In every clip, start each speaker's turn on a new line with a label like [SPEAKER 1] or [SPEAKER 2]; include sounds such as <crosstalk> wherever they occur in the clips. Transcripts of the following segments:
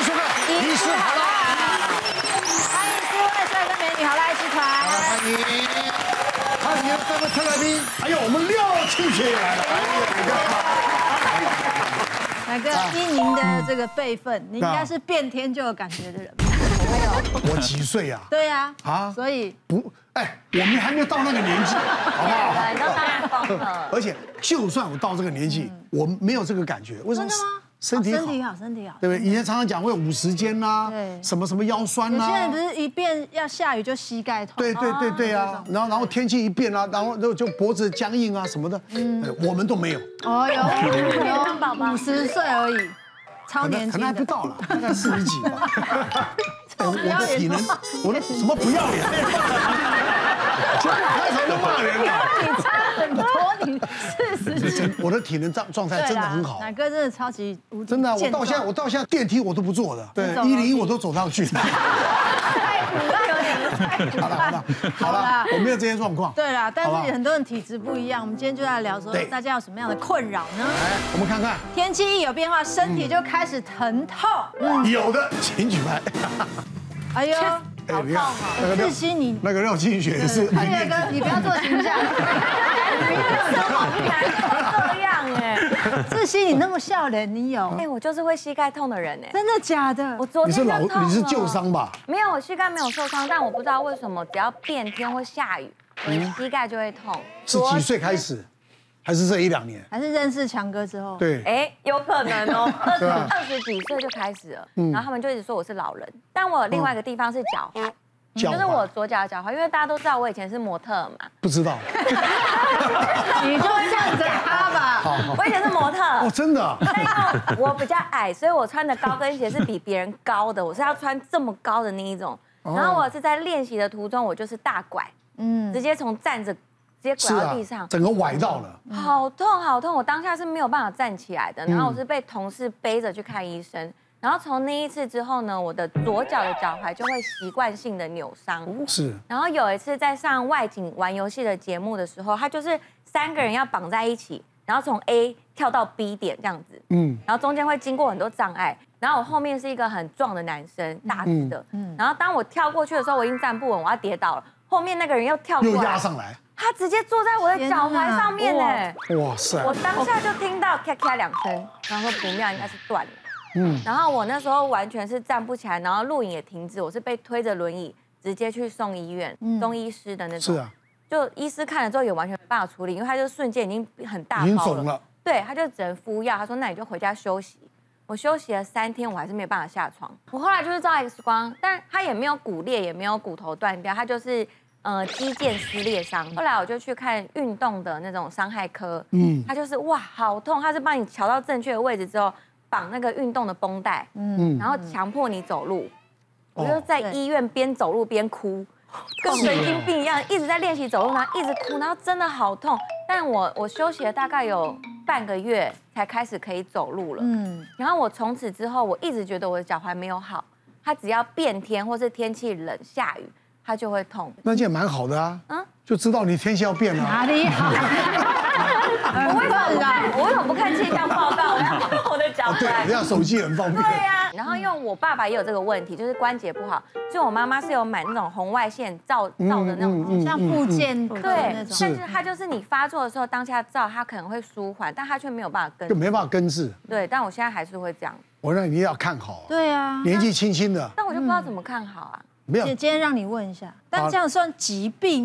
[SPEAKER 1] 李世好啦！
[SPEAKER 2] 欢迎诸位帅哥美女，好啦，爱吃团。
[SPEAKER 1] 欢迎，欢迎各位特来宾，
[SPEAKER 3] 还有我们廖庆学也来了，
[SPEAKER 2] 奶哥，依您的这个辈分，你应该是变天就有感觉的人吧。
[SPEAKER 3] 我几岁呀、
[SPEAKER 2] 对呀，
[SPEAKER 3] 啊
[SPEAKER 2] 啊，所以
[SPEAKER 3] 不，哎，我们还没有到那个年纪，好不好？
[SPEAKER 4] 对，都当然疯了。
[SPEAKER 3] 而且，就算我到这个年纪，我没有这个感觉，为什
[SPEAKER 2] 真
[SPEAKER 3] 么
[SPEAKER 2] 的吗？？
[SPEAKER 3] 身体
[SPEAKER 2] 哦
[SPEAKER 3] 好
[SPEAKER 2] 身，体好，身体好。
[SPEAKER 3] 对不对？以前常常讲会有五十肩呐
[SPEAKER 2] 对，
[SPEAKER 3] 什么什么腰酸
[SPEAKER 2] 有
[SPEAKER 3] 呐、
[SPEAKER 2] 些人不是一变要下雨就膝盖痛，
[SPEAKER 3] 对对对对啊，然后然后天气一变啊，然后就就脖子僵硬啊什么的，嗯，我们都没有，
[SPEAKER 2] 哦，
[SPEAKER 3] <laughs>
[SPEAKER 4] 当宝
[SPEAKER 2] 有
[SPEAKER 4] 宝
[SPEAKER 2] 有五十岁而已，超
[SPEAKER 3] 可
[SPEAKER 2] 年
[SPEAKER 3] 能可
[SPEAKER 2] 轻
[SPEAKER 3] 能还不
[SPEAKER 2] 的。
[SPEAKER 3] 到了，大概四十几吧。哎我
[SPEAKER 2] 不要
[SPEAKER 3] 我的
[SPEAKER 2] 脸
[SPEAKER 3] 体能，我的什么不要脸？结果开场就骂人了。
[SPEAKER 2] 你差很多，你四十几。
[SPEAKER 3] 我的体能状状态真的很好，
[SPEAKER 2] 奶哥真的超级无敌
[SPEAKER 3] 真的啊、我
[SPEAKER 2] 健
[SPEAKER 3] 到
[SPEAKER 2] 壮
[SPEAKER 3] 现在我到现在电梯我都不坐的，对
[SPEAKER 2] 走，楼梯
[SPEAKER 3] 一零一我都走上去的。
[SPEAKER 2] 太古怪了，太古
[SPEAKER 3] 好了好了好了，我没有这些状况。
[SPEAKER 2] 对啦，但
[SPEAKER 3] 好吧
[SPEAKER 2] 是很多人体质不一样，我们今天就来聊说
[SPEAKER 3] 对
[SPEAKER 2] 大家有什么样的困扰呢？
[SPEAKER 3] 哎，我们看看，
[SPEAKER 2] 天气一有变化，身体就开始疼痛。嗯，
[SPEAKER 3] 有的请举牌。
[SPEAKER 2] 哎呦，
[SPEAKER 3] 哎，你看那个廖
[SPEAKER 2] 志熙你，
[SPEAKER 3] 那个廖清雪也是爱
[SPEAKER 2] 那
[SPEAKER 3] 面
[SPEAKER 2] 个
[SPEAKER 3] 子，
[SPEAKER 2] 你不要做形象。
[SPEAKER 4] 这样哎，
[SPEAKER 2] 志熙你那么笑脸，你有？
[SPEAKER 3] 嗯
[SPEAKER 4] <laughs> 哎，我就是会膝盖痛的人哎。
[SPEAKER 2] 真的假的
[SPEAKER 4] 我？昨
[SPEAKER 3] 你
[SPEAKER 4] 天
[SPEAKER 3] 是
[SPEAKER 4] 就
[SPEAKER 3] 老
[SPEAKER 4] 痛了
[SPEAKER 3] 你是旧伤吧？
[SPEAKER 4] 没有，我膝盖没有受伤，但我不知道为什么只要变天或下雨，我的膝盖就会痛。
[SPEAKER 3] 是几岁开始？还是这一两年？
[SPEAKER 2] 还是认识强哥之后？，
[SPEAKER 3] 对，
[SPEAKER 4] 哎，有可能
[SPEAKER 3] <laughs>
[SPEAKER 4] 哦，二十
[SPEAKER 3] 吧
[SPEAKER 4] 二十几岁就开始了，
[SPEAKER 3] 嗯
[SPEAKER 4] 然后他们就一直说我是老人，但我有另外一个地方是脚踝，
[SPEAKER 3] 哦脚
[SPEAKER 4] 就是我
[SPEAKER 3] 踝
[SPEAKER 4] 左脚的脚踝，因为大家都知道我以前是模特儿嘛，
[SPEAKER 3] 不
[SPEAKER 4] <laughs>
[SPEAKER 3] 知道。
[SPEAKER 2] 你就向着他吧。
[SPEAKER 4] 我以前是模特儿
[SPEAKER 3] 啊哦，，真
[SPEAKER 4] <laughs>
[SPEAKER 3] 的啊，
[SPEAKER 4] 但因为我比较矮，所以我穿的高跟鞋是比别人高的，我是要穿这么高的那一种。
[SPEAKER 3] 哦
[SPEAKER 4] 然后我是在练习的途中，我就是大拐，
[SPEAKER 2] 嗯，
[SPEAKER 4] 直接从站着直接
[SPEAKER 3] 是
[SPEAKER 4] 拐到
[SPEAKER 3] 啊
[SPEAKER 4] 地上，，
[SPEAKER 3] 整个崴到了。
[SPEAKER 4] 好痛好痛！我当下是没有办法站起
[SPEAKER 3] 嗯
[SPEAKER 4] 来的，然后我是被同事背着去看医生。然后从那一次之后呢，我的左脚的脚踝就会习惯性的扭伤。
[SPEAKER 3] 是，
[SPEAKER 4] 然后有一次在上外景玩游戏的节目的时候，他就是三个人要绑在一起，然后从 A 跳到 B 点这样子，
[SPEAKER 3] 嗯，
[SPEAKER 4] 然后中间会经过很多障碍。然后我后面是一个很壮的男生，大只的，嗯，然后当我跳过去的时候，我已经站不稳，我要跌倒了。后面那个人又跳
[SPEAKER 3] 又
[SPEAKER 4] 过
[SPEAKER 3] 压
[SPEAKER 4] 来，
[SPEAKER 3] 上来。
[SPEAKER 4] 他直接坐在我的
[SPEAKER 2] 天哪
[SPEAKER 4] 脚踝上面哎，
[SPEAKER 3] 哇塞
[SPEAKER 4] 我，当下就听到咔咔两声，然后说不妙，应该是断了。嗯，然后我那时候完全是站不起来，然后录影也停止，我是被推着轮椅直接去送医院，中医师的那
[SPEAKER 3] 嗯
[SPEAKER 4] 种。
[SPEAKER 3] 是啊，
[SPEAKER 4] 就医师看了之后也完全没办法处理，因为他就瞬间已经很大
[SPEAKER 3] 已经
[SPEAKER 4] 包
[SPEAKER 3] 肿了。
[SPEAKER 4] 对，他就只能敷药。他说：“那你就回家休息。”我休息了三天，我还是没办法下床。我后来就是照 X 光，但他也没有骨裂，也没有骨头断掉，他就是呃肌腱撕裂伤。后来我就去看运动的那种伤害科，嗯，他就是哇好痛，他是帮你调到正确的位置之后，绑那个运动的绷带，嗯，哦然后强迫你走路。我就在医院边走路边哭，跟神
[SPEAKER 2] 嗯
[SPEAKER 4] 经病一样，一直在练习走路，然后一直哭，然后真的好痛。但我我休息了大概有半个月，才开始可以走路了。
[SPEAKER 2] 嗯，
[SPEAKER 4] 然后我从此之后，我一直觉得我的脚踝没有好，它只要变天或是天气冷下雨，它就会
[SPEAKER 2] <laughs>
[SPEAKER 4] 痛。
[SPEAKER 3] 那这也蛮好的啊，
[SPEAKER 4] 嗯
[SPEAKER 3] 就知道你天气要变了、啊
[SPEAKER 2] 哪里
[SPEAKER 3] <laughs>
[SPEAKER 2] 好？
[SPEAKER 4] 我为什么
[SPEAKER 2] 啊
[SPEAKER 4] 不看？哎我为什么不看气象报告？我
[SPEAKER 2] <laughs>
[SPEAKER 4] 要看我的
[SPEAKER 2] 哦
[SPEAKER 4] 脚
[SPEAKER 3] 哦对，
[SPEAKER 4] 踝
[SPEAKER 3] 人。家手机很方便。
[SPEAKER 4] 啊对呀、然后因为我爸爸也有这个问题，就是关节不好，所以我妈妈是有买那种红外线照
[SPEAKER 2] 嗯
[SPEAKER 4] 照的那
[SPEAKER 3] 嗯
[SPEAKER 4] 种机器
[SPEAKER 2] 像附件科
[SPEAKER 4] 对，
[SPEAKER 2] 那
[SPEAKER 4] 但
[SPEAKER 2] 种。
[SPEAKER 4] 是它就是你发作的时候当下照，它可能会舒缓，但它却没有办法
[SPEAKER 3] 就
[SPEAKER 4] 跟。
[SPEAKER 3] 没办法根治。
[SPEAKER 4] 对，但我现在还是会这样，
[SPEAKER 3] 我让你要看好、啊，
[SPEAKER 2] 对啊，
[SPEAKER 3] 年纪轻轻的
[SPEAKER 4] 但我就不知道怎么看好啊。
[SPEAKER 3] 没有
[SPEAKER 2] 姐今天让你问一下，但这样算疾病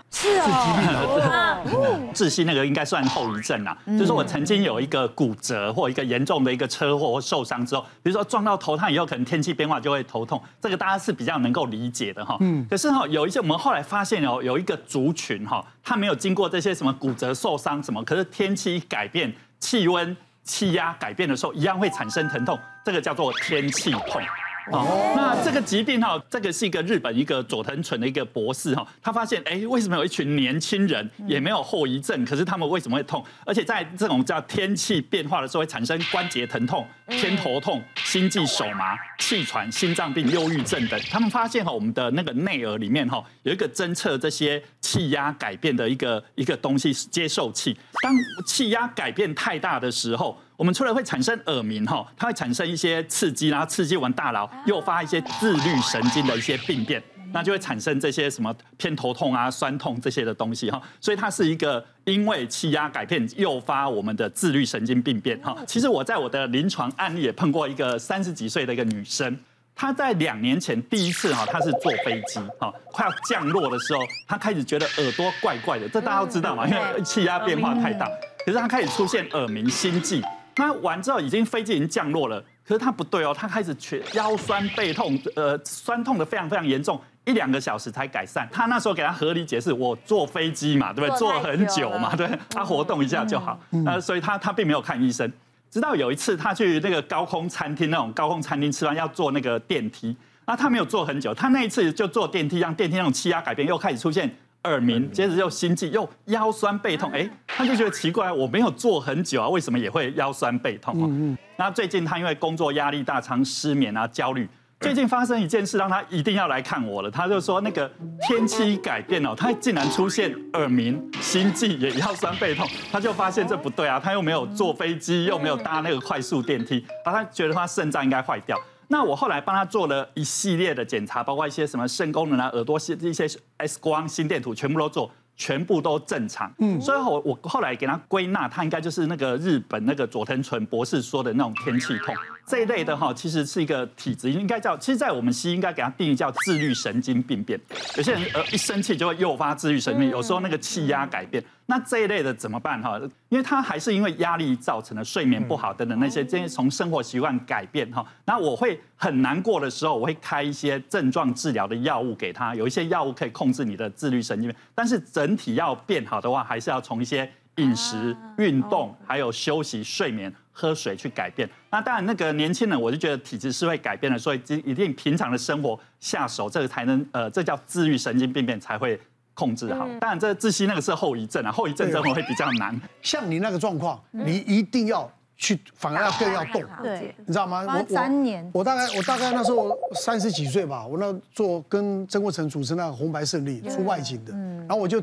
[SPEAKER 3] 嗯
[SPEAKER 2] 是哦，
[SPEAKER 5] 窒息那个应该算后遗症啦，就是我曾经有一个骨折或一个严重的一个车祸或受伤之后，比如说撞到头烫以后，可能天气变化就会头痛，这个大家是比较能够理解的哈。嗯，可是哈，有一些我们后来发现哦，有一个族群哈，他没有经过这些什么骨折、受伤什么，可是天气一改变，气温、气压改变的时候，一样会产生疼痛，这个叫做天气痛。哦，那这个疾病哈，这个是一个日本一个佐藤纯的一个博士哈，他发现哎、为什么有一群年轻人也没有后遗症，可是他们为什么会痛？而且在这种叫天气变化的时候，会产生关节疼痛、偏头痛、心悸、手麻、气喘、心脏病、忧郁症等。他们发现哈，我们的那个内耳里面哈，有一个侦测这些气压改变的一个一个东西接受器，当气压改变太大的时候。我们除了会产生耳鸣哈，它会产生一些刺激，然后刺激我们大脑，诱发一些自律神经的一些病变，那就会产生这些什么偏头痛啊、酸痛这些的东西哈。所以它是一个因为气压改变诱发我们的自律神经病变哈。其实我在我的临床案例也碰过一个三十几岁的一个女生。她在两年前第一次哈，她是坐飞机哈，快要降落的时候，她开始觉得耳朵怪怪的，这大家都知道嘛，因为气压变化太大。
[SPEAKER 4] 嗯
[SPEAKER 5] 可是她开始出现耳鸣、心悸，那完之后已经飞机已经降落了，可是她不对哦，她开始全腰酸背痛，呃，酸痛的非常非常严重。一两个小时才改善，她那时候给她合理解释，我坐飞机嘛，对不对？
[SPEAKER 4] 坐
[SPEAKER 5] 坐
[SPEAKER 4] 太久
[SPEAKER 5] 很久嘛，
[SPEAKER 4] 了
[SPEAKER 5] 对，她活动一下就好。那所以她她并没有看医生，直到有一次他去那个高空餐厅，那种高空餐厅吃完要坐那个电梯，那他没有坐很久，他那一次就坐电梯，让电梯那种气压改变，又开始出现耳鸣，接着又心悸，又腰酸背痛，哎，他就觉得奇怪，我没有坐很久啊，为什么也会腰酸背痛啊？那最近他因为工作压力大，常失眠啊、焦虑。最近发生一件事，让他一定要来看我了。他就说那个天气改变哦，他竟然出现耳鸣、心悸，也腰酸背痛，他就发现这不对啊，他又没有坐飞机，又没有搭那个快速电梯，啊，他觉得他肾脏应该坏掉。那我后来帮他做了一系列的检查，包括一些什么肾功能啊、耳朵一些 X 光、心电图，全部都做，全部都正常。嗯，所以我我后来给他归纳，他应该就是那个日本那个佐藤纯博士说的那种天气痛这一类的哈，其实是一个体质，应该叫，其实，在我们西医应该给他定义叫自律神经病变。有些人呃一生气就会诱发自律神经，有时候那个气压改变。那这一类的怎么办哈？因为他还是因为压力造成的睡眠不好等等那些，这些从生活习惯改变哈。那我会很难过的时候，我会开一些症状治疗的药物给他，有一些药物可以控制你的自律神经，但是整体要变好的话，还是要从一些饮食、运动，还有休息、睡眠。喝水去改变，那当然，那个年轻人我就觉得体质是会改变的，所以一定平常的生活下手，这个才能呃，这叫自律神经病变才会控制好。当然，这窒息那个是后遗症啊，后遗症生活会比较难。
[SPEAKER 3] 像你那个状况，
[SPEAKER 4] 嗯
[SPEAKER 3] 你一定要去，反而要更要动。
[SPEAKER 2] 对，
[SPEAKER 3] 你知道吗？
[SPEAKER 2] 花三年
[SPEAKER 3] 我大概我大概那时候三十几岁吧，我那做跟曾国成主持那个《红白胜利》出外景的，然后我就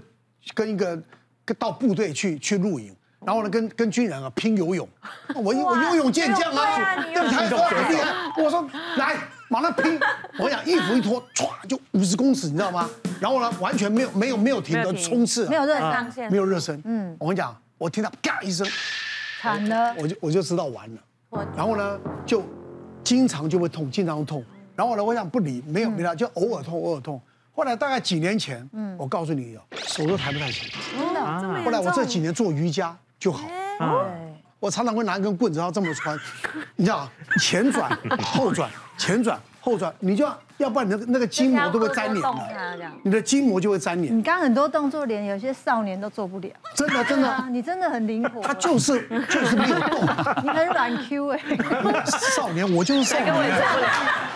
[SPEAKER 3] 跟一个跟到部队去去露营。然后呢，跟跟军人啊拼游泳，我我游泳健将
[SPEAKER 4] 对啊
[SPEAKER 3] 啊，
[SPEAKER 4] 你游
[SPEAKER 3] 对
[SPEAKER 4] 泳
[SPEAKER 3] 他说很厉害。我说来，马上拼！我跟你讲衣服一脱，歘就五十公尺，你知道吗？然后呢，完全没有没有没有停
[SPEAKER 4] 没有
[SPEAKER 3] 的
[SPEAKER 4] 停
[SPEAKER 3] 冲刺啊，
[SPEAKER 2] 没有热
[SPEAKER 4] 上
[SPEAKER 2] 伤，
[SPEAKER 4] 线
[SPEAKER 3] 没有热身。嗯，我跟你讲，我听到嘎一声，
[SPEAKER 2] 惨了。
[SPEAKER 3] 我就我就知道完了。
[SPEAKER 4] 我
[SPEAKER 3] 然后呢，就经常就会痛，经常痛。然后呢，我想不理，没有没
[SPEAKER 4] 嗯
[SPEAKER 3] 了，就偶尔痛，偶尔痛。后来大概几年前，嗯，我告诉你哦，手都抬不太起来。
[SPEAKER 2] 真的，
[SPEAKER 3] 后来我这几年做瑜伽就好，
[SPEAKER 2] 对，
[SPEAKER 3] 我常常会拿一根棍子，然后这么穿， <laughs> 你知道吗，前转后转，前转后转，你就要要不然你的那个筋膜都会粘连
[SPEAKER 4] 就是要多动它
[SPEAKER 3] 的
[SPEAKER 4] 这样，
[SPEAKER 3] 你的筋膜就会粘连，
[SPEAKER 2] 你刚很多动作，连有些少年都做不了。
[SPEAKER 3] 真的真
[SPEAKER 4] 嗯
[SPEAKER 3] 的，
[SPEAKER 2] 啊，你真的很灵活，
[SPEAKER 3] 它就是就是没有动。
[SPEAKER 2] 你很软 Q 哎，
[SPEAKER 3] 少年，我就是
[SPEAKER 4] <laughs>
[SPEAKER 3] 少
[SPEAKER 4] 跟我也
[SPEAKER 3] 年
[SPEAKER 4] 做。不了，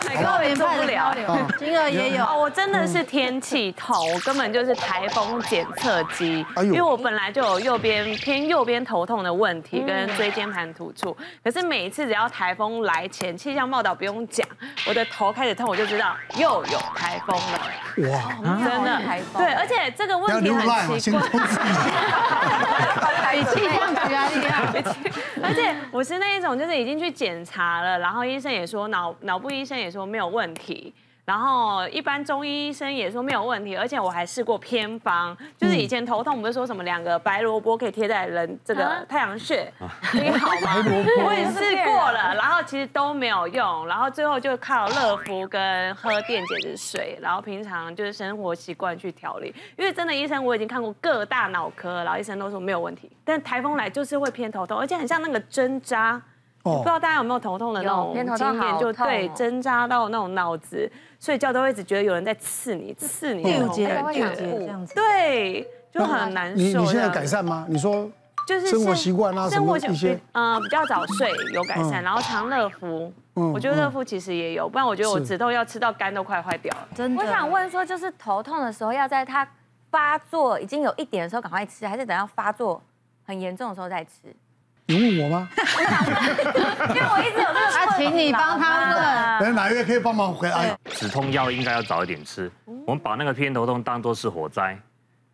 [SPEAKER 4] 哪个我也做不了。
[SPEAKER 2] 流，金额也有
[SPEAKER 6] 哦，。我真的是天气痛，我根本就是台风检测机，
[SPEAKER 3] 哎呦
[SPEAKER 6] 因为我本来就有右边偏右边头痛的问题跟椎间盘突出，可是每一次只要台风来前，气象报道不用讲，我的头开始痛，我就知道又有台风了，
[SPEAKER 3] 哇，
[SPEAKER 4] 哦
[SPEAKER 6] 真的
[SPEAKER 4] 台，风
[SPEAKER 6] 对，而且这个
[SPEAKER 3] 要
[SPEAKER 6] 问题
[SPEAKER 3] 留 line
[SPEAKER 6] 很
[SPEAKER 3] 嘛，
[SPEAKER 6] 奇
[SPEAKER 3] 先
[SPEAKER 6] 怪
[SPEAKER 3] 通。知你。
[SPEAKER 2] 比气象局还厉害。
[SPEAKER 6] 而且我是那一种，就是已经去检查了，然后医生也说脑脑部医生也说没有问题，然后一般中医医生也说没有问题，而且我还试过偏方，就是以前头痛不是说什么两个白萝卜可以贴在人这个太阳穴，这个好
[SPEAKER 3] 啊
[SPEAKER 6] 吗？我也试过了，然后其实都没有用，然后最后就靠热敷跟喝电解质水，然后平常就是生活习惯去调理，因为真的医生我已经看过各大脑科，然后医生都说没有问题，但台风来就是会偏头痛，而且很像那个针扎。
[SPEAKER 3] 哦
[SPEAKER 6] 不知道大家有没有头痛的那
[SPEAKER 4] 有
[SPEAKER 6] 种
[SPEAKER 4] 偏头痛
[SPEAKER 6] 经验，
[SPEAKER 4] 好
[SPEAKER 6] 就
[SPEAKER 4] 痛
[SPEAKER 6] 对
[SPEAKER 4] 哦
[SPEAKER 6] 针扎到那种脑子，睡觉都会一直觉得有人在刺你、刺你的那
[SPEAKER 2] 六
[SPEAKER 6] 种
[SPEAKER 2] 节
[SPEAKER 6] 感
[SPEAKER 2] 六节
[SPEAKER 6] 觉，
[SPEAKER 2] 这样子，
[SPEAKER 6] 对，就很难受
[SPEAKER 3] 你
[SPEAKER 6] 这样。
[SPEAKER 3] 你现在改善吗？你说
[SPEAKER 6] 就是
[SPEAKER 3] 生活习惯啊什
[SPEAKER 6] 生
[SPEAKER 3] 么
[SPEAKER 6] 活
[SPEAKER 3] 一些
[SPEAKER 6] 习呃比较早睡有改善，
[SPEAKER 3] 嗯
[SPEAKER 6] 然后常热敷，
[SPEAKER 3] 嗯
[SPEAKER 6] 我觉得热敷其实也有，不然我觉得我
[SPEAKER 3] 是
[SPEAKER 6] 止痛药吃到肝都快坏掉了。
[SPEAKER 2] 真的。
[SPEAKER 4] 我想，问说，就是头痛的时候，要在它发作已经有一点的时候赶快吃，还是等到发作很严重的时候再吃？
[SPEAKER 3] 你问我吗？
[SPEAKER 4] 因为我一直有这个困
[SPEAKER 2] 啊，
[SPEAKER 4] 扰啊
[SPEAKER 2] 请你帮他问。
[SPEAKER 3] 哎，哪一位可以帮忙回答？
[SPEAKER 7] 止痛药应该要哦早一点吃，我们把那个偏头痛当做是火灾，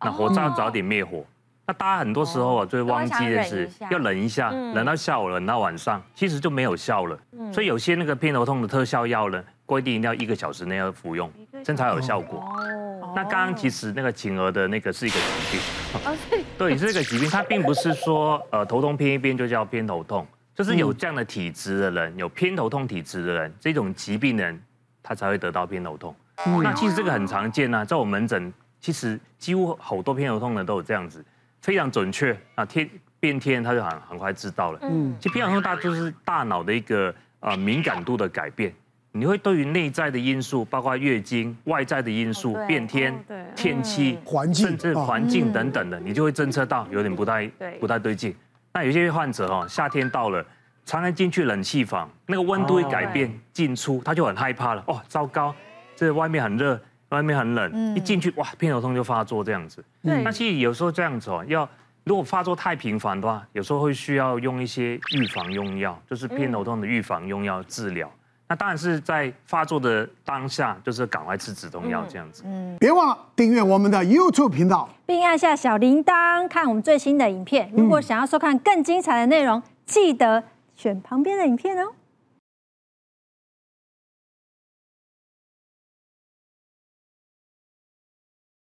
[SPEAKER 7] 那火灾要早点灭火。那大家很多时候啊，最忘记的
[SPEAKER 4] 稍
[SPEAKER 7] 是
[SPEAKER 4] 微想
[SPEAKER 7] 要
[SPEAKER 4] 忍
[SPEAKER 7] 忍一下，嗯忍到下午，忍到晚上，其实就没有效了。所以有些那个偏头痛的特效药呢，规定一定要一个小时内要服用，真才有效果。
[SPEAKER 4] 哦
[SPEAKER 7] 那刚刚其实那个晴儿的那个是一个疾病，
[SPEAKER 4] 哦
[SPEAKER 7] <laughs> 对，是一个疾病，它并不是说呃头痛偏一边就叫偏头痛，就是有这样的体质的人，有偏头痛体质的人，这种疾病的人，他才会得到偏头痛。
[SPEAKER 4] 嗯
[SPEAKER 7] 那其实这个很常见啊，在我门诊，其实几乎好多偏头痛的都有这样子，非常准确啊，天变天他就很很快知道了。嗯，其实偏头痛大就是大脑的一个呃敏感度的改变，你会对于内在的因素，包括月经、外在的因素
[SPEAKER 4] 哦、对
[SPEAKER 7] 变天
[SPEAKER 6] 哦对、
[SPEAKER 7] 天气、
[SPEAKER 3] 环境
[SPEAKER 7] 甚至
[SPEAKER 3] 啊
[SPEAKER 7] 环境等等的，
[SPEAKER 4] 嗯
[SPEAKER 7] 你就会侦测到有点不太
[SPEAKER 6] 对
[SPEAKER 7] 不太对劲。那有些患者哦，夏天到了，常常进去冷气房，那个温度一改变，进出他就很害怕了。哦，糟糕，这外面很热，外面很冷，一进去哇，偏头痛就发作这样子。
[SPEAKER 3] 嗯
[SPEAKER 6] 对
[SPEAKER 7] 那其实有时候这样子哦，要如果发作太频繁的话，有时候会需要用一些预防用药，就是偏头痛的预防用药治疗。那当然是在发作的当下，就是赶快吃止痛药这样子。
[SPEAKER 3] 别忘了订阅我们的 YouTube 频道。
[SPEAKER 2] 并按下小铃铛看我们最新的影片。如果想要收看更精彩的内容，记得选旁边的影片哦。